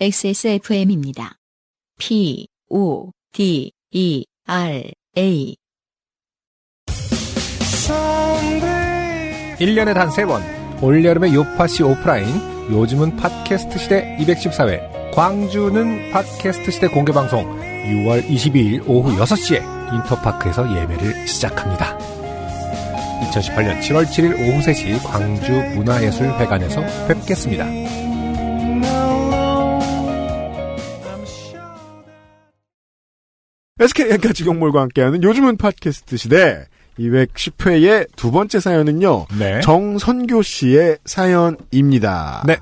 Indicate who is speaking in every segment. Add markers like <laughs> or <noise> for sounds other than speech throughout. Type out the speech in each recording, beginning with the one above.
Speaker 1: XSFM입니다. P, O, D, E, R, A.
Speaker 2: 1년에 단 3번 올여름의 요파시 오프라인 요즘은 팟캐스트 시대 214회 광주는 팟캐스트 시대 공개방송 6월 22일 오후 6시에 인터파크에서 예매를 시작합니다 2018년 7월 7일 오후 3시 광주 문화예술회관에서 뵙겠습니다 네.
Speaker 3: SK 엔카 직영몰과 함께하는 요즘은 팟캐스트 시대 210회의 두 번째 사연은요.
Speaker 2: 네.
Speaker 3: 정선교 씨의 사연입니다.
Speaker 2: 네.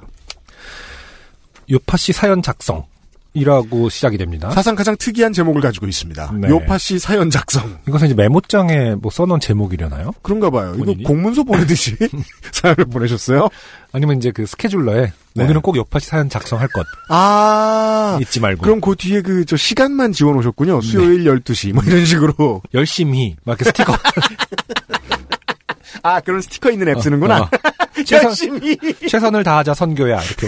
Speaker 2: 요파시 사연 작성이라고 시작이 됩니다
Speaker 3: 사상 가장 특이한 제목을 가지고 있습니다.
Speaker 2: 네.
Speaker 3: 요파 씨 사연 작성.
Speaker 2: 이것은 이제 메모장에 뭐 써놓은 제목이려나요?
Speaker 3: 그런가 봐요.
Speaker 2: 본인이?
Speaker 3: 이거 공문서
Speaker 2: <laughs>
Speaker 3: 보내듯이 사연을 보내셨어요?
Speaker 2: 아니면 이제 그 스케줄러에
Speaker 3: 네.
Speaker 2: 오늘은 꼭 요파시 사연 작성할 것
Speaker 3: 아.
Speaker 2: 잊지 말고
Speaker 3: 그럼 그 뒤에 그 저 시간만 지원 오셨군요.
Speaker 2: 네.
Speaker 3: 수요일 12시 뭐 이런 식으로.
Speaker 2: 열심히 막 이렇게 스티커
Speaker 3: <laughs> 아, 그런 스티커 있는 앱 쓰는구나.
Speaker 2: 어. 최선,
Speaker 3: 열심히.
Speaker 2: 최선을 다하자 선교야 이렇게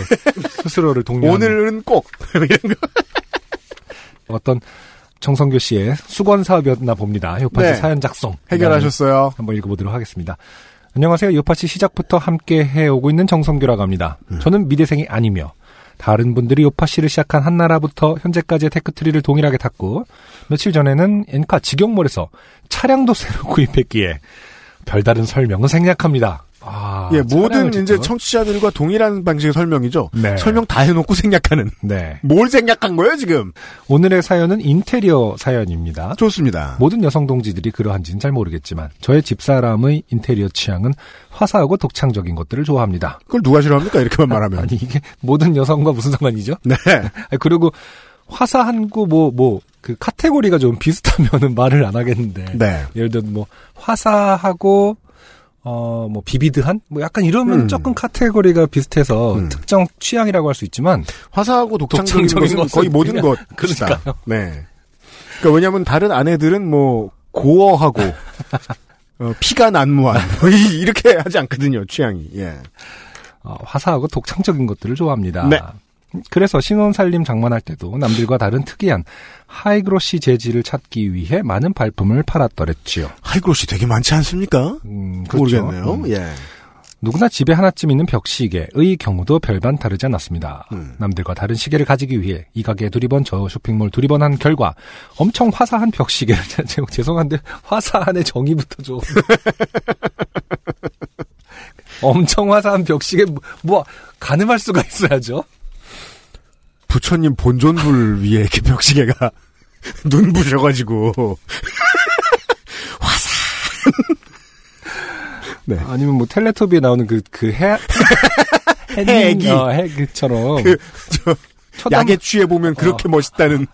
Speaker 2: 스스로를 독려하는
Speaker 3: 오늘은 꼭 <laughs> 이런 거.
Speaker 2: 어떤 정성교 씨의 수건 사업이었나 봅니다. 요파시
Speaker 3: 네.
Speaker 2: 사연 작성
Speaker 3: 해결하셨어요.
Speaker 2: 한번 읽어보도록 하겠습니다. 안녕하세요. 요파시 시작부터 함께 해오고 있는 정성규라고 합니다.
Speaker 3: 음.
Speaker 2: 저는 미대생이 아니며 다른 분들이 요파시를 시작한 한나라부터 현재까지의 테크트리를 동일하게 탔고 며칠 전에는 엔카 직영몰에서 차량도 새로 구입했기에 별다른 설명은 생략합니다. 아,
Speaker 3: 예,
Speaker 2: 차량을
Speaker 3: 모든
Speaker 2: 직접-
Speaker 3: 이제 청취자들과 동일한 방식의 설명이죠.
Speaker 2: 네.
Speaker 3: 설명 다 해놓고 <laughs> 생략하는.
Speaker 2: 네.
Speaker 3: 뭘 생략한 거예요, 지금?
Speaker 2: 오늘의 사연은 인테리어 사연입니다.
Speaker 3: 좋습니다.
Speaker 2: 모든 여성 동지들이 그러한지는 잘 모르겠지만 저의 집사람의 인테리어 취향은 화사하고 독창적인 것들을 좋아합니다.
Speaker 3: 그걸 누가 싫어합니까?
Speaker 2: <laughs>
Speaker 3: 이렇게만 말하면.
Speaker 2: 아니 이게 모든 여성과 무슨 상관이죠? <laughs>
Speaker 3: 네.
Speaker 2: 아니, 그리고 화사한 거 뭐 뭐 그 카테고리가 좀 비슷하면은 <laughs> 말을 안 하겠는데
Speaker 3: 네.
Speaker 2: 예를 들면 뭐 화사하고 어 뭐 비비드한 뭐 약간 이러면
Speaker 3: 음.
Speaker 2: 조금 카테고리가 비슷해서
Speaker 3: 음.
Speaker 2: 특정 취향이라고 할 수 있지만
Speaker 3: 화사하고 독창적인, 것은
Speaker 2: 독창적인 것은
Speaker 3: 거의 모든
Speaker 2: 그냥-
Speaker 3: 것이다.
Speaker 2: 그러니까요.
Speaker 3: 네. 그러니까 왜냐하면 다른 아내들은 뭐
Speaker 2: <laughs>
Speaker 3: 고어하고 어, 피가 난무한 뭐 이- 이렇게 하지 않거든요 취향이. 예.
Speaker 2: 어, 화사하고 독창적인 것들을 좋아합니다.
Speaker 3: 네.
Speaker 2: 그래서 신혼살림 장만할 때도 남들과 다른 특이한 하이그로시 재질을 찾기 위해 많은 발품을 팔았더랬지요.
Speaker 3: 하이그로시 되게 많지 않습니까?
Speaker 2: 음, 그렇죠.
Speaker 3: 모르겠네요.
Speaker 2: 음,
Speaker 3: 예.
Speaker 2: 누구나 집에 하나쯤 있는 벽시계의 경우도 별반 다르지 않았습니다.
Speaker 3: 네.
Speaker 2: 남들과 다른 시계를 가지기 위해 이 가게 두리번 저 쇼핑몰 두리번 한 결과 엄청 화사한 벽시계를 <laughs> 제- 제- 죄송한데 화사한의
Speaker 3: <laughs>
Speaker 2: 정의부터 좀 엄청 화사한 벽시계 뭐, 뭐 가늠할 수가 있어야죠.
Speaker 3: 부처님 본존불 위에 이렇게 벽시계가 <laughs> 눈 부셔가지고
Speaker 2: 아니면 뭐 텔레토비에 나오는 그 그해
Speaker 3: <laughs> 해기.
Speaker 2: 어, 해그처럼
Speaker 3: 그, 저,
Speaker 2: 쳐다보-
Speaker 3: 약에 취해 보면 그렇게 멋있다는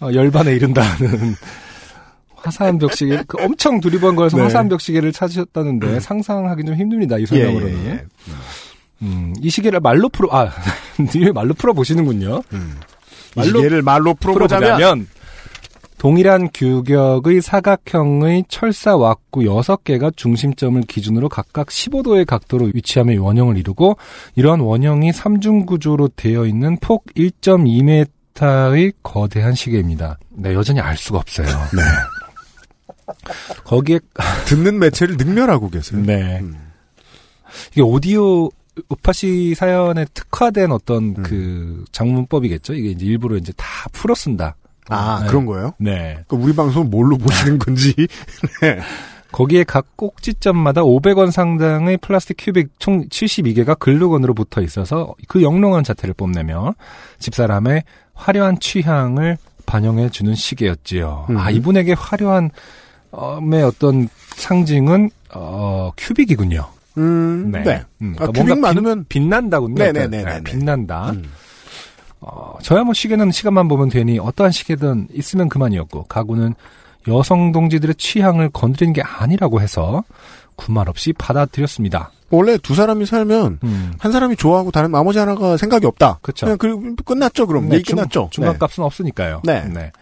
Speaker 2: 어, 열반에 이른다는 <laughs> 화사한 벽시계 그 엄청 두리번 거에서
Speaker 3: 네. 음.
Speaker 2: 화사한 벽시계를 찾으셨다는데 상상하기 좀 힘듭니다 이 설명으로는
Speaker 3: 예, 예, 예.
Speaker 2: 음, 이 시계를 말로 풀어 아 <laughs> 님이 말로 풀어 보시는군요
Speaker 3: 음.
Speaker 2: 말로
Speaker 3: 말로 얘를 말로 풀어보자면
Speaker 2: 풀어보자면 동일한 규격의 사각형의 철사 왁구 6개가 중심점을 기준으로 각각 15도의 각도로 위치하며 원형을 이루고 이러한 원형이 삼중 구조로 되어 있는 폭 1.2m의 거대한 시계입니다. 네, 여전히 알 수가 없어요. 네. <laughs> 거기에
Speaker 3: 듣는 매체를 능멸하고 계세요.
Speaker 2: 네.
Speaker 3: 음.
Speaker 2: 이게 오디오 우파시 사연에 특화된 어떤 그 장문법이겠죠. 이게 이제 일부러 이제 다 풀어 쓴다.
Speaker 3: 아
Speaker 2: 네.
Speaker 3: 그런 거예요?
Speaker 2: 네.
Speaker 3: 그러니까 우리 방송 뭘로 보시는 건지
Speaker 2: 거기에 각 꼭지점마다 500원 상당의 플라스틱 큐빅 총 72개가 글루건으로 붙어 있어서 그 영롱한 자태를 뽐내며 집사람의 화려한 취향을 반영해 주는 시계였지요.
Speaker 3: 음.
Speaker 2: 아 이분에게 화려한 어의 어떤 상징은 어 큐빅이군요.
Speaker 3: 음, 네.
Speaker 2: 음,
Speaker 3: 아,
Speaker 2: 그러니까
Speaker 3: 큐빅
Speaker 2: 뭔가 빛-
Speaker 3: 많으면-
Speaker 2: 빛난다군요.
Speaker 3: 네네네네.
Speaker 2: 그러니까, 네, 빛난다.
Speaker 3: 음.
Speaker 2: 어, 저야 뭐 시계는 시간만 보면 되니 어떠한 시계든 있으면 그만이었고 가구는 여성 동지들의 취향을 건드리는 게 아니라고 해서 군말 없이 받아들였습니다.
Speaker 3: 원래 두 사람이 살면
Speaker 2: 음.
Speaker 3: 한 사람이 좋아하고 다른 나머지 하나가 생각이 없다.
Speaker 2: 그쵸.
Speaker 3: 그냥 그 끝났죠. 그럼
Speaker 2: 네,
Speaker 3: 얘기
Speaker 2: 중-
Speaker 3: 끝났죠.
Speaker 2: 중간값은 없으니까요.
Speaker 3: 네.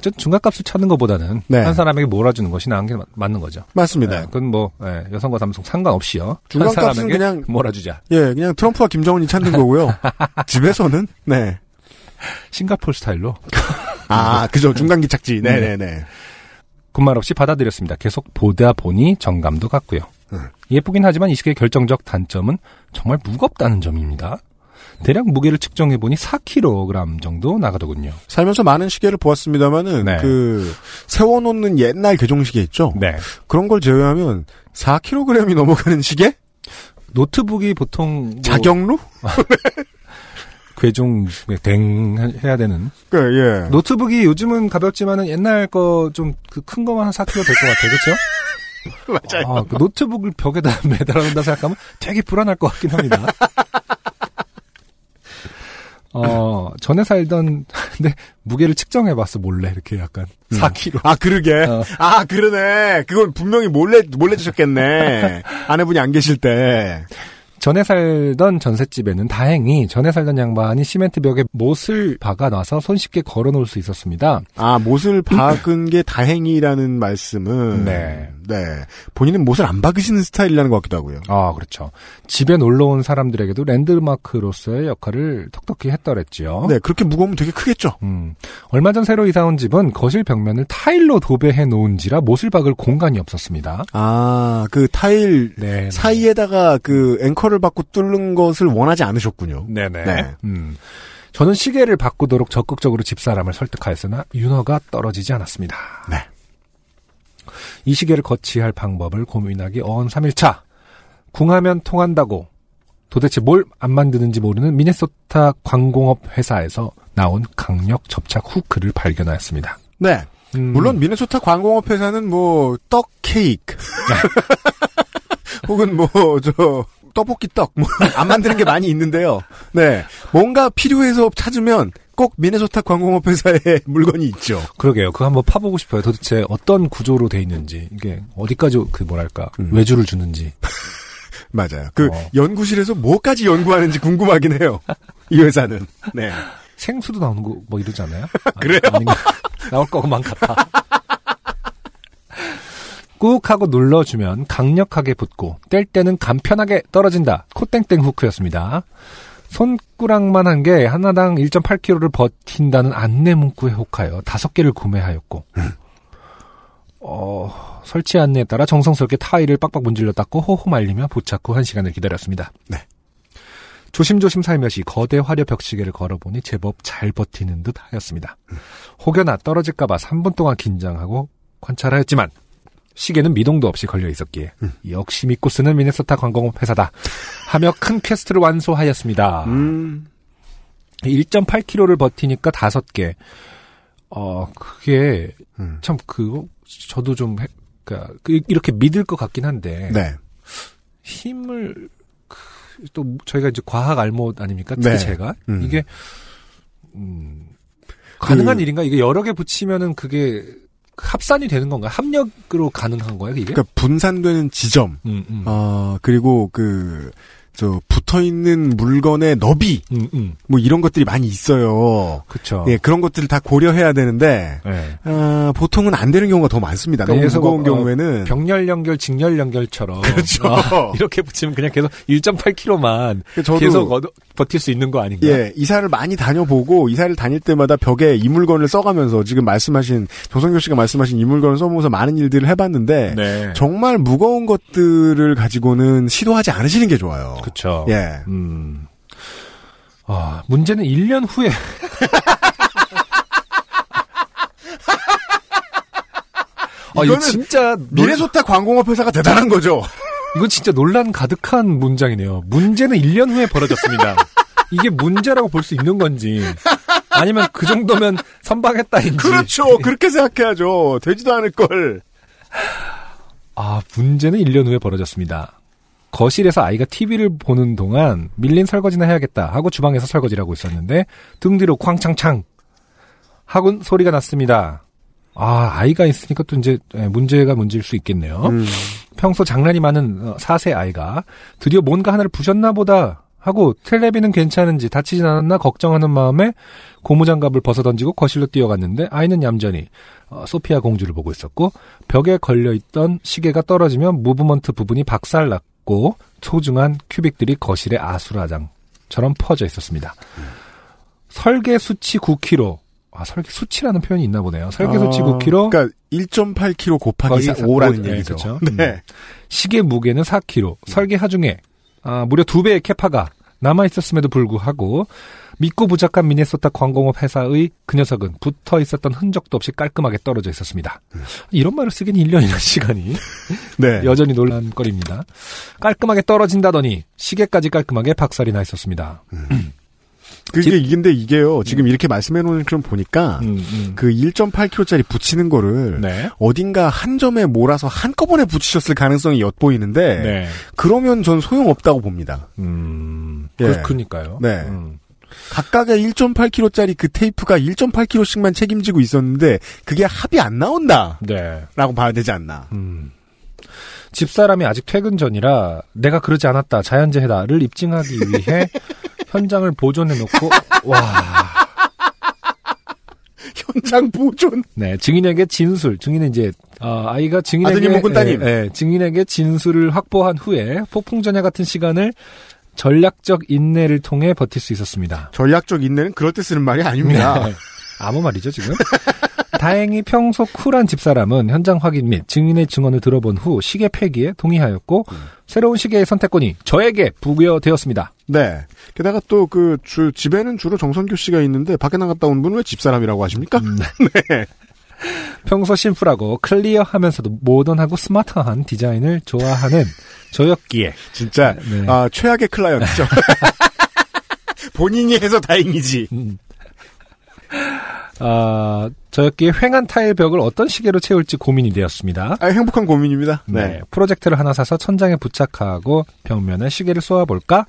Speaker 2: 전 중간값을 찾는 것보다는
Speaker 3: 네.
Speaker 2: 한 사람에게 몰아주는 것이 나은 게 맞- 맞는 거죠.
Speaker 3: 맞습니다.
Speaker 2: 예, 그건 뭐 예, 여성과 남성 상관없이요. 한
Speaker 3: 중간값은
Speaker 2: 사람에게
Speaker 3: 그냥-
Speaker 2: 몰아주자.
Speaker 3: 예, 그냥 트럼프와 김정은이 찾는 거고요. 집에서는 네.
Speaker 2: 싱가포르 스타일로
Speaker 3: 아, 그죠. 중간 기착지. 네, 네, 네.
Speaker 2: 군말 없이 받아들였습니다. 계속 보다 보니 정감도 갔고요.
Speaker 3: 음.
Speaker 2: 예쁘긴 하지만 이 시계의 결정적 단점은 정말 무겁다는 점입니다. 대략 무게를 측정해 보니 4kg 정도 나가더군요.
Speaker 3: 살면서 많은 시계를 보았습니다만은
Speaker 2: 네.
Speaker 3: 그 세워 놓는 옛날 개종 시계 있죠.
Speaker 2: 네.
Speaker 3: 그런 걸 제외하면 4kg이 넘어가는 시계?
Speaker 2: 노트북이 보통 뭐
Speaker 3: 자경루?
Speaker 2: 괴종 댕 해야 되는
Speaker 3: 그 예.
Speaker 2: 노트북이 요즘은 가볍지만은 옛날 거 좀 그 큰 거만 한 4kg 될 것 같아요. 그렇죠?
Speaker 3: <laughs> 맞아요.
Speaker 2: 아, 그 노트북을 벽에다 <laughs> 매달아 놓는다 생각하면 되게 불안할 것 같긴 합니다. <laughs> 어, 전에 살던, <laughs> 근데 무게를 측정해봤어, 몰래. 이렇게 약간. 4kg.
Speaker 3: 아, 그러게.
Speaker 2: 어.
Speaker 3: 아, 그러네. 그건 분명히 몰래, 몰래 주셨겠네. 아내분이 안 계실 때.
Speaker 2: 전에 살던 전셋집에는 다행히 전에 살던 양반이 시멘트 벽에 못을 박아놔서 손쉽게 걸어 놓을 수 있었습니다.
Speaker 3: 아, 못을 박은 게 다행이라는 말씀은.
Speaker 2: 네.
Speaker 3: 네. 본인은 못을 안 박으시는 스타일이라는 것 같기도 하고요.
Speaker 2: 아, 그렇죠. 집에 놀러 온 사람들에게도 랜드마크로서의 역할을 톡톡히 했더랬지요.
Speaker 3: 네, 그렇게 무거우면 되게 크겠죠.
Speaker 2: 음, 얼마 전 새로 이사 온 집은 거실 벽면을 타일로 도배해 놓은지라 못을 박을 공간이 없었습니다.
Speaker 3: 아, 그 타일
Speaker 2: 네.
Speaker 3: 사이에다가 그 앵커를 받고 뚫는 것을 원하지 않으셨군요.
Speaker 2: 네네.
Speaker 3: 네.
Speaker 2: 음. 저는 시계를 바꾸도록 적극적으로 집사람을 설득하였으나 윤허가 떨어지지 않았습니다.
Speaker 3: 네.
Speaker 2: 이 시계를 거치할 방법을 고민하기 어언 3일차. 궁하면 통한다고 도대체 뭘 안 만드는지 모르는 미네소타 광공업 회사에서 나온 강력 접착 후크를 발견하였습니다.
Speaker 3: 네.
Speaker 2: 음.
Speaker 3: 물론 미네소타 광공업 회사는 뭐 떡 <laughs> 케이크 혹은 뭐 저 떡볶이 떡 <laughs> 안 만드는 게 많이 있는데요. 네. 뭔가 필요해서 찾으면 꼭 미네소타 광공업 회사에 <laughs> 물건이 있죠.
Speaker 2: 그러게요. 그거 한번 파보고 싶어요. 도대체 어떤 구조로 돼 있는지 이게 어디까지 그 뭐랄까
Speaker 3: 음.
Speaker 2: 외주를 주는지.
Speaker 3: 맞아요. 그
Speaker 2: 어.
Speaker 3: 연구실에서 뭐까지 연구하는지 궁금하긴 해요. 이 회사는. 네.
Speaker 2: 생수도 나오는 거 뭐 이러지 않아요?
Speaker 3: <laughs> 그래요?
Speaker 2: 아니, 아닌가? <laughs> 나올 것만 같아. 꾹 하고 눌러주면 강력하게 붙고 뗄 때는 간편하게 떨어진다. 코땡땡 후크였습니다. 손꾸락만 한 게 하나당 1.8kg를 버틴다는 안내 문구에 혹하여 다섯 개를 구매하였고 어, 설치 안내에 따라 정성스럽게 타일을 빡빡 문질러 닦고 호호 말리며 보착 후 한 시간을 기다렸습니다. 조심조심 살며시 거대 화려 벽시계를 걸어보니 제법 잘 버티는 듯 하였습니다. 혹여나 떨어질까봐 3분 동안 긴장하고 관찰하였지만 시계는 미동도 없이 걸려 있었기에 역시 믿고 쓰는 미네소타 관광업 회사다 하며 큰 퀘스트를 완소하였습니다.
Speaker 3: 음.
Speaker 2: 1.8km를 버티니까 5개. 어, 그게
Speaker 3: 음.
Speaker 2: 참 그, 저도 좀, 해- 그러니까 그- 이렇게 믿을 것 같긴 한데
Speaker 3: 네.
Speaker 2: 힘을 그- 또 저희가 이제 과학 알못 아닙니까? 특히
Speaker 3: 네.
Speaker 2: 제가
Speaker 3: 음.
Speaker 2: 이게 음,
Speaker 3: 그
Speaker 2: 가능한 일인가? 이게 여러 개 붙이면은 그게 합산이 되는 건가? 요 합력으로 가능한 거예요, 이게?
Speaker 3: 그러니까 분산되는 지점.
Speaker 2: 음, 음.
Speaker 3: 아, 그리고 그 저 붙어 있는 물건의 너비
Speaker 2: 음, 음.
Speaker 3: 뭐 이런 것들이 많이 있어요.
Speaker 2: 그렇죠.
Speaker 3: 예, 그런 것들을 다 고려해야 되는데,
Speaker 2: 예.
Speaker 3: 아, 보통은 안 되는 경우가 더 많습니다.
Speaker 2: 그러니까 예를
Speaker 3: 너무 무거운
Speaker 2: 들어, 어,
Speaker 3: 경우에는.
Speaker 2: 병렬 연결, 직렬 연결처럼
Speaker 3: 그렇죠.
Speaker 2: 아, <laughs> 이렇게 붙이면 그냥 계속 1.8km만
Speaker 3: 저도,
Speaker 2: 계속 얻어- 버틸 수 있는 거 아닌가?
Speaker 3: 예, 이사를 많이 다녀보고, 이사를 다닐 때마다 벽에 이 물건을 써가면서, 지금 말씀하신, 조성교 씨가 말씀하신 이 물건을 써보면서 많은 일들을 해봤는데,
Speaker 2: 네.
Speaker 3: 정말 무거운 것들을 가지고는 시도하지 않으시는 게 좋아요.
Speaker 2: 그렇죠.
Speaker 3: 예.
Speaker 2: 음. 아, 문제는 1년
Speaker 3: <laughs>
Speaker 2: 후에. 아, 이거
Speaker 3: 이거는
Speaker 2: 진짜 논,
Speaker 3: 미네소타 광공업 회사가 대단한 거죠.
Speaker 2: 이거 진짜 논란 가득한 문장이네요. 문제는 1년 후에 벌어졌습니다. 이게 문제라고 볼 수 있는 건지 아니면 그 정도면 선방했다인지.
Speaker 3: 그렇죠. 그렇게 생각해야죠. 되지도 않을 걸.
Speaker 2: 아, 문제는 1년 후에 벌어졌습니다. 거실에서 아이가 TV를 보는 동안 밀린 설거지나 해야겠다 하고 주방에서 설거지를 하고 있었는데 등 뒤로 쾅창창 하곤 소리가 났습니다. 아, 아이가 있으니까 또 이제 예, 문제가 문제일 수 있겠네요.
Speaker 3: 음.
Speaker 2: 어, 평소 장난이 많은 4세 아이가 드디어 뭔가 하나를 부셨나 보다 하고 텔레비는 괜찮은지 다치진 않았나 걱정하는 마음에 고무장갑을 벗어던지고 거실로 뛰어갔는데 아이는 얌전히 어, 소피아 공주를 보고 있었고 벽에 걸려있던 시계가 떨어지면 무브먼트 부분이 박살났고 소중한 큐빅들이 거실의 아수라장처럼 퍼져 있었습니다. 설계 수치 9kg 아 설계 수치라는 표현이 있나 보네요. 설계 수치 9kg
Speaker 3: 그러니까 1.8kg 곱하기
Speaker 2: 거의
Speaker 3: 5라는
Speaker 2: 네,
Speaker 3: 얘기죠.
Speaker 2: 그렇죠.
Speaker 3: 네.
Speaker 2: 시계 무게는 4kg, 설계 하중에 아, 무려 두 배의 캐파가 남아 있었음에도 불구하고 믿고 부작한 미네소타 광공업 회사의 그 녀석은 붙어 있었던 흔적도 없이 깔끔하게 떨어져 있었습니다. 이런 말을 쓰긴 1년이나 시간이
Speaker 3: 네.
Speaker 2: 여전히 논란거리입니다. 깔끔하게 떨어진다더니 시계까지 깔끔하게 박살이 나 있었습니다.
Speaker 3: 그게 이게 근데 이게요. 지금 이렇게 말씀해 놓은 그럼 보니까 그 1.8kg짜리 붙이는 거를
Speaker 2: 네.
Speaker 3: 어딘가 한 점에 몰아서 한꺼번에 붙이셨을 가능성이 엿보이는데 그러면 전 소용없다고 봅니다.
Speaker 2: 네. 음.
Speaker 3: 예.
Speaker 2: 그, 그러니까요.
Speaker 3: 네.
Speaker 2: 음.
Speaker 3: 각각의 1.8kg짜리 그 테이프가 1.8kg씩만 책임지고 있었는데 그게 합이 안 나온다라고
Speaker 2: 네.
Speaker 3: 봐야 되지 않나.
Speaker 2: 음. 집사람이 아직 퇴근 전이라 내가 그러지 않았다 자연재해다를 입증하기 위해 <laughs> 현장을 보존해 놓고 와.
Speaker 3: <laughs> 현장 보존.
Speaker 2: 네, 증인에게 진술. 증인은 이제 어, 아이가 증인에게
Speaker 3: 아드님 혹은 따님.
Speaker 2: 예, 예, 증인에게 진술을 확보한 후에 폭풍 전야 같은 시간을 전략적 인내를 통해 버틸 수 있었습니다.
Speaker 3: 전략적 인내는 그럴 때 쓰는 말이 아닙니다.
Speaker 2: 네. 아무 말이죠, 지금? 다행히 평소 쿨한 집사람은 현장 확인 및 증인의 증언을 들어본 후 시계 폐기에 동의하였고 새로운 시계의 선택권이 저에게 부여되었습니다.
Speaker 3: 네. 게다가 또 그 집에는 주로 정선교 씨가 있는데 밖에 나갔다 온 분은 왜 집사람이라고 하십니까?
Speaker 2: 평소 심플하고 클리어하면서도 모던하고 스마트한 디자인을 좋아하는 저였기에
Speaker 3: 진짜
Speaker 2: 네.
Speaker 3: 아, 최악의 클라이언트죠. <laughs> 본인이 해서 다행이지.
Speaker 2: 음. 아, 저였기에 횡한 타일 벽을 어떤 시계로 채울지 고민이 되었습니다.
Speaker 3: 아, 행복한 고민입니다.
Speaker 2: 네. 프로젝트를 하나 사서 천장에 부착하고 벽면에 시계를 쏘아볼까?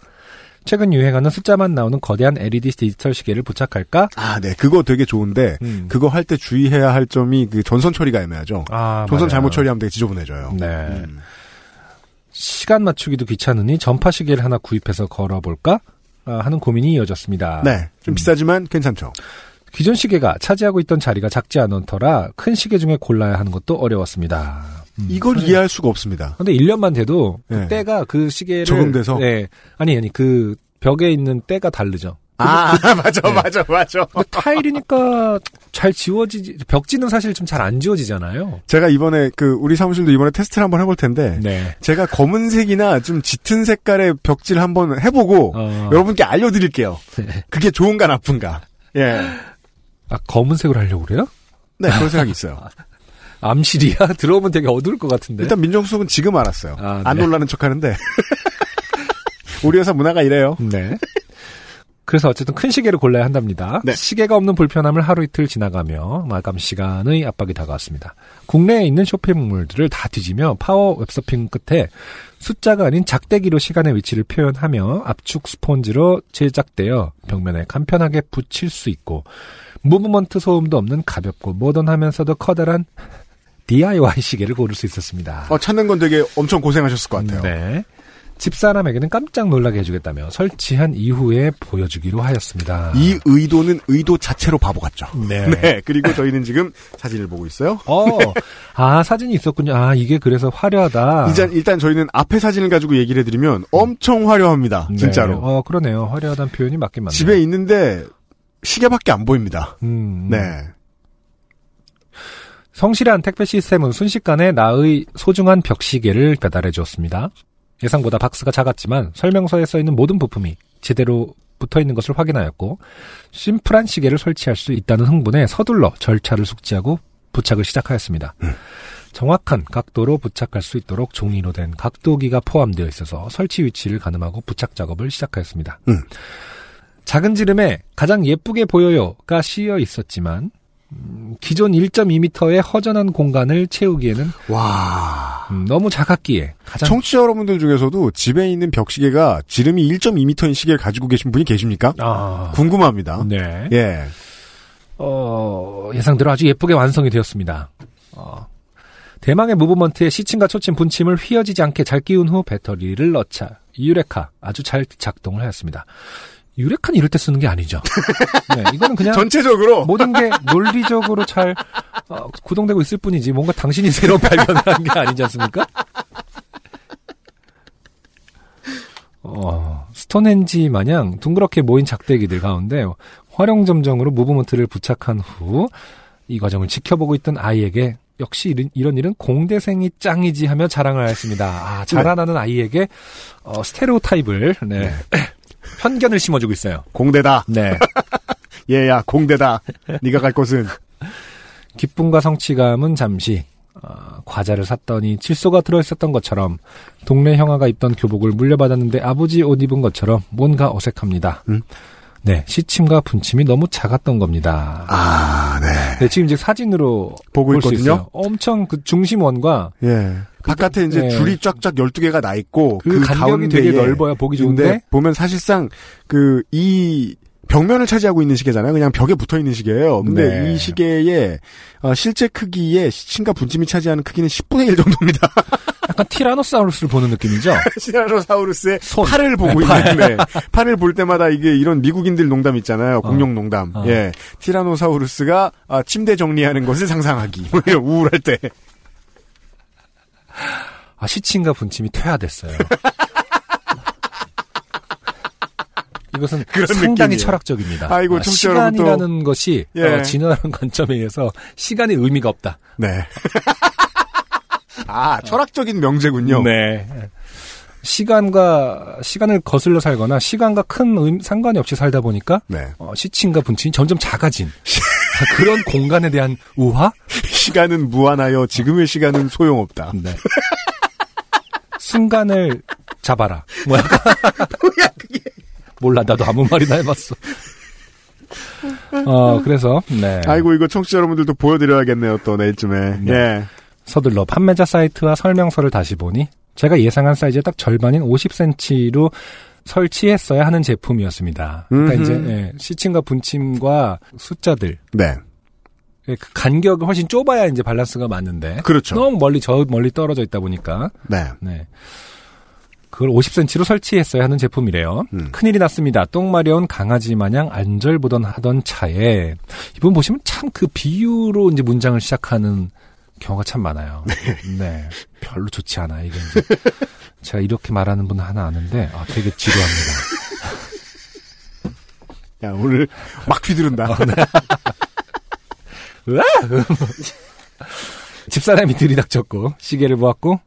Speaker 2: 최근 유행하는 숫자만 나오는 거대한 LED 디지털 시계를 부착할까?
Speaker 3: 아, 네. 그거 되게 좋은데
Speaker 2: 음.
Speaker 3: 그거 할 때 주의해야 할 점이 그 전선 처리가 애매하죠.
Speaker 2: 아,
Speaker 3: 전선
Speaker 2: 맞아요.
Speaker 3: 잘못 처리하면 되게 지저분해져요.
Speaker 2: 네.
Speaker 3: 음.
Speaker 2: 시간 맞추기도 귀찮으니 전파 시계를 하나 구입해서 걸어볼까? 아, 하는 고민이 이어졌습니다.
Speaker 3: 네. 좀
Speaker 2: 음.
Speaker 3: 비싸지만 괜찮죠.
Speaker 2: 기존 시계가 차지하고 있던 자리가 작지 않은 터라 큰 시계 중에 골라야 하는 것도 어려웠습니다. 음.
Speaker 3: 이걸 이해할 수가 없습니다.
Speaker 2: 근데 1년만 돼도 그
Speaker 3: 네.
Speaker 2: 때가 그 시계를
Speaker 3: 적응돼서?
Speaker 2: 네. 아니 아니 그 벽에 있는 때가 다르죠.
Speaker 3: 아, <laughs> 맞아, 맞아, 맞아.
Speaker 2: 근데 타일이니까 잘 지워지지 벽지는 사실 좀 잘 안 지워지잖아요.
Speaker 3: 제가 이번에 그 우리 사무실도 이번에 테스트를 한번 해볼 텐데
Speaker 2: 네.
Speaker 3: 제가 검은색이나 좀 짙은 색깔의 벽질 한번 해보고
Speaker 2: 어,
Speaker 3: 여러분께 알려드릴게요. 그게 좋은가 나쁜가. 예.
Speaker 2: 아 검은색으로 하려고 그래요?
Speaker 3: 네, 그런 생각이
Speaker 2: <laughs>
Speaker 3: 있어요.
Speaker 2: 아, 암실이야 <laughs> 들어오면 되게 어두울 것 같은데.
Speaker 3: 일단 민정수석은 지금 알았어요.
Speaker 2: 네. 아,
Speaker 3: 안
Speaker 2: 네.
Speaker 3: 놀라는 척 하는데. <laughs> 우리 회사 문화가 이래요.
Speaker 2: 네. <laughs> 그래서 어쨌든 큰 시계를 골라야 한답니다.
Speaker 3: 네.
Speaker 2: 시계가 없는 불편함을 하루 이틀 지나가며 마감 시간의 압박이 다가왔습니다. 국내에 있는 쇼핑몰들을 다 뒤지며 파워 웹서핑 끝에 숫자가 아닌 작대기로 시간의 위치를 표현하며 압축 스폰지로 제작되어 벽면에 간편하게 붙일 수 있고 무브먼트 소음도 없는 가볍고 모던하면서도 커다란 <laughs> DIY 시계를 고를 수 있었습니다.
Speaker 3: 어, 찾는 건 되게 엄청 고생하셨을 것 같아요.
Speaker 2: 네. 집사람에게는 깜짝 놀라게 해주겠다며 설치한 이후에 보여주기로 하였습니다.
Speaker 3: 이 의도는 의도 자체로 바보 같죠.
Speaker 2: 네.
Speaker 3: 네. 그리고 저희는 지금 사진을 보고 있어요.
Speaker 2: 어, 아, 사진이 있었군요. 아, 이게 그래서 화려하다.
Speaker 3: 일단, 일단 저희는 앞에 사진을 가지고 얘기를 해드리면 엄청 화려합니다.
Speaker 2: 네.
Speaker 3: 진짜로.
Speaker 2: 어, 그러네요. 화려하다는 표현이 맞긴 맞네요.
Speaker 3: 집에 있는데 시계밖에 안 보입니다.
Speaker 2: 음, 음.
Speaker 3: 네.
Speaker 2: 성실한 택배 시스템은 순식간에 나의 소중한 벽시계를 배달해 주었습니다. 예상보다 박스가 작았지만 설명서에 써 있는 모든 부품이 제대로 붙어 있는 것을 확인하였고 심플한 시계를 설치할 수 있다는 흥분에 서둘러 절차를 숙지하고 부착을 시작하였습니다. 정확한 각도로 부착할 수 있도록 종이로 된 각도기가 포함되어 있어서 설치 위치를 가늠하고 부착 작업을 시작하였습니다.
Speaker 3: 음.
Speaker 2: 작은 지름에 가장 예쁘게 보여요가 씌여 있었지만 음, 기존 1.2m의 허전한 공간을 채우기에는
Speaker 3: 와.
Speaker 2: 음, 너무 작았기에 가장
Speaker 3: 청취자 여러분들 중에서도 집에 있는 벽시계가 지름이 1.2m인 시계를 가지고 계신 분이 계십니까?
Speaker 2: 아,
Speaker 3: 궁금합니다.
Speaker 2: 네.
Speaker 3: 예.
Speaker 2: 어, 예상대로 아주 예쁘게 완성이 되었습니다. 어, 대망의 무브먼트의 시침과 초침 분침을 휘어지지 않게 잘 끼운 후 배터리를 넣자 이 유레카 아주 잘 작동을 하였습니다. 유레카는 이럴 때 쓰는 게 아니죠. 네, 이거는 그냥 뭐
Speaker 3: 전체적으로
Speaker 2: <laughs> 모든 게 논리적으로 잘 어, 구동되고 있을 뿐이지 뭔가 당신이 새로 발견한 게 아니지 않습니까? 어, 스톤헨지 마냥 둥그렇게 모인 작대기들 가운데 활용점정으로 무브먼트를 부착한 후 이 과정을 지켜보고 있던 아이에게 역시 이런, 이런 일은 공대생이 짱이지 하며 자랑을 했습니다. 아, 자라나는 아이에게 어, 스테레오타입을 네. <laughs> 편견을 심어주고 있어요.
Speaker 3: 공대다.
Speaker 2: 네.
Speaker 3: 얘야 공대다. 네가 갈 곳은
Speaker 2: 기쁨과 성취감은 잠시 아, 과자를 샀더니 칠소가 들어있었던 것처럼 동네 형아가 입던 교복을 물려받았는데 아버지 옷 입은 것처럼 뭔가 어색합니다.
Speaker 3: 음.
Speaker 2: 네, 시침과 분침이 너무 작았던 겁니다.
Speaker 3: 아 네.
Speaker 2: 네, 지금 이제 사진으로
Speaker 3: 보고
Speaker 2: 볼 수
Speaker 3: 있거든요?
Speaker 2: 있어요. 엄청 그 중심원과
Speaker 3: 예. 바깥에 이제
Speaker 2: 네.
Speaker 3: 줄이 쫙쫙 12개가 나 있고
Speaker 2: 그,
Speaker 3: 그,
Speaker 2: 간격이
Speaker 3: 가운데에
Speaker 2: 되게 넓어야 보기
Speaker 3: 근데
Speaker 2: 좋은데
Speaker 3: 보면 사실상 그 이 벽면을 차지하고 있는 시계잖아요. 그냥 벽에 붙어 있는 시계예요. 근데
Speaker 2: 네.
Speaker 3: 이 시계의 어, 실제 크기에 시침과 분침이 차지하는 크기는 10분의 1 정도입니다. <laughs>
Speaker 2: 약간 티라노사우루스를 보는 느낌이죠.
Speaker 3: 시라노사우루스의
Speaker 2: 손. 네,
Speaker 3: 팔을 보고 있는데 네. 팔을 볼 때마다 이게 이런 미국인들 농담 있잖아요.
Speaker 2: 어.
Speaker 3: 공룡 농담.
Speaker 2: 어.
Speaker 3: 예, 티라노사우루스가 아, 침대 정리하는 것을 상상하기. <laughs> 뭐 이런 우울할 때.
Speaker 2: 아, 시침과 분침이 퇴화됐어요.
Speaker 3: <laughs>
Speaker 2: 이것은
Speaker 3: 그런
Speaker 2: 상당히
Speaker 3: 느낌이에요.
Speaker 2: 철학적입니다.
Speaker 3: 아이고,
Speaker 2: 아,
Speaker 3: 청취자 여러분 또-
Speaker 2: 시간이라는 것이
Speaker 3: 예.
Speaker 2: 어, 진화하는 관점에 의해서 시간이 의미가 없다.
Speaker 3: 네. <laughs> 아 철학적인 명제군요.
Speaker 2: 네. 시간과 시간을 거슬러 살거나 시간과 큰 의- 상관이 없이 살다 보니까
Speaker 3: 네.
Speaker 2: 어, 시침과 분침이 점점 작아진 <laughs> 그런 공간에 대한 우화?
Speaker 3: 시간은 무한하여 지금의 시간은 소용없다.
Speaker 2: 네. 순간을 잡아라. 뭐야? 몰라, 나도 아무 말이나 해봤어. 어, 그래서, 네.
Speaker 3: 아이고 이거 청취자 여러분들도 보여드려야겠네요 또 내일쯤에
Speaker 2: 네.
Speaker 3: 예.
Speaker 2: 서둘러 판매자 사이트와 설명서를 다시 보니, 제가 예상한 사이즈의 딱 절반인 50cm로 설치했어야 하는 제품이었습니다. 그러니까
Speaker 3: 음흠.
Speaker 2: 이제, 예, 시침과 분침과 숫자들,
Speaker 3: 네
Speaker 2: 예, 그 간격을 훨씬 좁아야 이제 밸런스가 맞는데.
Speaker 3: 그렇죠
Speaker 2: 너무 멀리, 저 멀리 떨어져 있다 보니까.
Speaker 3: 네
Speaker 2: 네. 그걸 50cm로 설치했어야 하는 제품이래요.
Speaker 3: 음.
Speaker 2: 큰일이 났습니다. 똥 마려운 강아지 마냥 안절부던 하던 차에 이분 보시면 참 그 비유로 이제 문장을 시작하는 경우가 참 많아요. 네. 별로 좋지 않아 요 이게 이제 제가 이렇게 말하는 분 하나 아는데 아 되게 지루합니다.
Speaker 3: 야, 오늘 막 <laughs> 휘두른다
Speaker 2: 집사람이 들이닥쳤고 시계를 보았고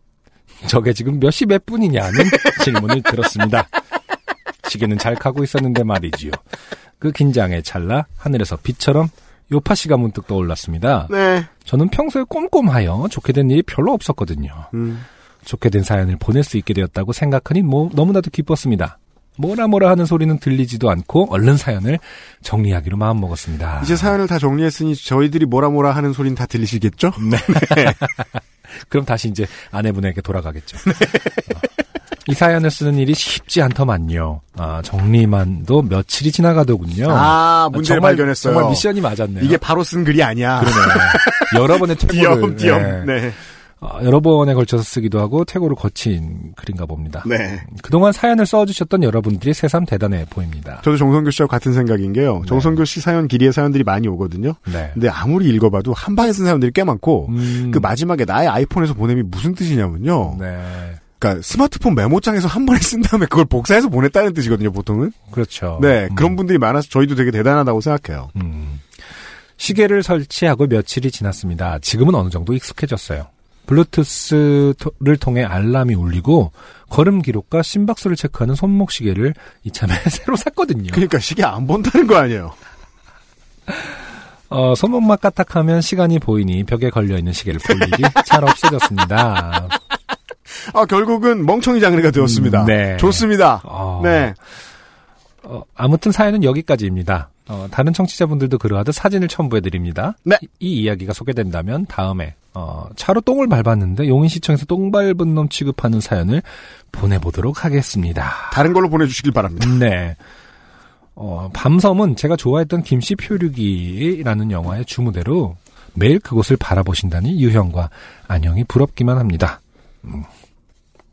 Speaker 2: 저게 지금 몇 시 몇 분이냐는 질문을 들었습니다. 시계는 잘 가고 있었는데 말이지요. 그 긴장에 찰나 하늘에서 빛처럼 요파시가 문득 떠올랐습니다.
Speaker 3: 네
Speaker 2: 저는 평소에 꼼꼼하여 좋게 된 일이 별로 없었거든요.
Speaker 3: 음.
Speaker 2: 좋게 된 사연을 보낼 수 있게 되었다고 생각하니 뭐 너무나도 기뻤습니다. 뭐라 뭐라 하는 소리는 들리지도 않고 얼른 사연을 정리하기로 마음먹었습니다.
Speaker 3: 이제 사연을 다 정리했으니 저희들이 뭐라 뭐라 하는 소린 다 들리시겠죠?
Speaker 2: 그럼 다시 이제 아내분에게 돌아가겠죠. 어, 이 사연을 쓰는 일이 쉽지 않더만요. 아, 정리만도 며칠이 지나가더군요.
Speaker 3: 아, 문제를
Speaker 2: 정말,
Speaker 3: 발견했어요.
Speaker 2: 정말 미션이 맞았네요.
Speaker 3: 이게 바로 쓴 글이 아니야.
Speaker 2: 그러네요. 여러 번의 퇴고를
Speaker 3: <laughs> 띄엄띄엄.
Speaker 2: 예.
Speaker 3: 그렇죠. 네.
Speaker 2: 아, 여러 번에 걸쳐서 쓰기도 하고 퇴고를 거친 글인가 봅니다.
Speaker 3: 네.
Speaker 2: 그동안 사연을 써주셨던 여러분들이 새삼 대단해 보입니다.
Speaker 3: 저도 정성교 씨하고 같은 생각인 게요. 정성교 씨 사연 길이의 사연들이 많이 오거든요.
Speaker 2: 네.
Speaker 3: 근데 아무리 읽어봐도 한 방에 쓴 사연들이 꽤 많고,
Speaker 2: 음,
Speaker 3: 그 마지막에 나의 아이폰에서 보냄이 무슨 뜻이냐면요.
Speaker 2: 네.
Speaker 3: 그러니까 스마트폰 메모장에서 한 번에 쓴 다음에 그걸 복사해서 보냈다는 뜻이거든요, 보통은.
Speaker 2: 그렇죠.
Speaker 3: 네,
Speaker 2: 음.
Speaker 3: 그런 분들이 많아서 저희도 되게 대단하다고 생각해요.
Speaker 2: 음. 시계를 설치하고 며칠이 지났습니다. 지금은 어느 정도 익숙해졌어요. 블루투스를 통해 알람이 울리고 걸음 기록과 심박수를 체크하는 손목 시계를 이참에 <laughs> 새로 샀거든요.
Speaker 3: 그러니까 시계 안 본다는 거 아니에요.
Speaker 2: 어, 손목만 까딱하면 시간이 보이니 벽에 걸려 있는 시계를 볼 일이 잘 없어졌습니다.
Speaker 3: 아, 결국은 멍청이 장르가 되었습니다.
Speaker 2: 음, 네.
Speaker 3: 좋습니다.
Speaker 2: 어,
Speaker 3: <laughs> 네.
Speaker 2: 어, 아무튼 사연은 여기까지입니다. 어, 다른 청취자분들도 그러하듯 사진을 첨부해드립니다.
Speaker 3: 네.
Speaker 2: 이, 이 이야기가 소개된다면 다음에 어, 차로 똥을 밟았는데 용인시청에서 똥 밟은 놈 취급하는 사연을 보내보도록 하겠습니다.
Speaker 3: 다른 걸로 보내주시길 바랍니다.
Speaker 2: 네. 어, 밤섬은 제가 좋아했던 김씨 표류기라는 영화의 주무대로 매일 그곳을 바라보신다니 유형과 안영이 부럽기만 합니다. 음.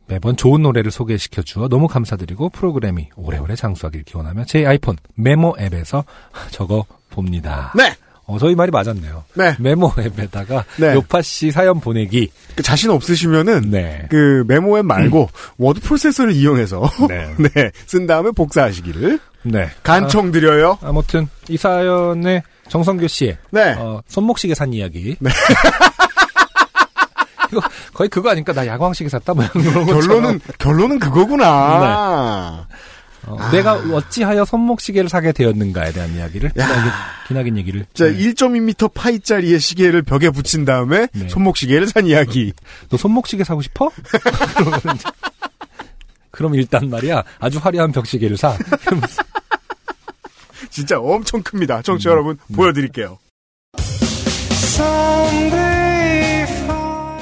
Speaker 2: 매번 좋은 노래를 소개시켜 주어 너무 감사드리고 프로그램이 오래오래 장수하길 기원하며 제 아이폰 메모 앱에서 <laughs> 적어 봅니다.
Speaker 3: 네.
Speaker 2: 어, 저희 말이 맞았네요.
Speaker 3: 네.
Speaker 2: 메모 앱에다가
Speaker 3: 네.
Speaker 2: 요파 씨 사연 보내기.
Speaker 3: 그 자신 없으시면은
Speaker 2: 네. 음.
Speaker 3: 그 메모앱 말고 워드 프로세서를 이용해서
Speaker 2: 네.
Speaker 3: <laughs> 네, 쓴 다음에 복사하시기를
Speaker 2: 네.
Speaker 3: 간청드려요.
Speaker 2: 아, 아무튼 이 사연에 정성규 씨의
Speaker 3: 네.
Speaker 2: 어, 손목시계 산 이야기. <laughs> 이거 거의 그거 아닙니까? 나 야광시계 샀다 뭐 이런 것처럼.
Speaker 3: 결론은 결론은 그거구나.
Speaker 2: 어,
Speaker 3: 아.
Speaker 2: 내가 어찌하여 손목시계를 사게 되었는가에 대한 이야기를 기나긴, 기나긴 얘기를
Speaker 3: 자,
Speaker 2: 네.
Speaker 3: 1.2m 파이짜리의 시계를 벽에 붙인 다음에
Speaker 2: 네.
Speaker 3: 손목 시계를 산 이야기.
Speaker 2: 너 손목시계 사고 싶어? <laughs> 그러면 이제, 그럼 일단 말이야 아주 화려한
Speaker 3: <laughs>
Speaker 2: 벽시계를 사 이러면서
Speaker 3: 진짜 엄청 큽니다.
Speaker 2: 음.
Speaker 3: 청취자 여러분 보여드릴게요.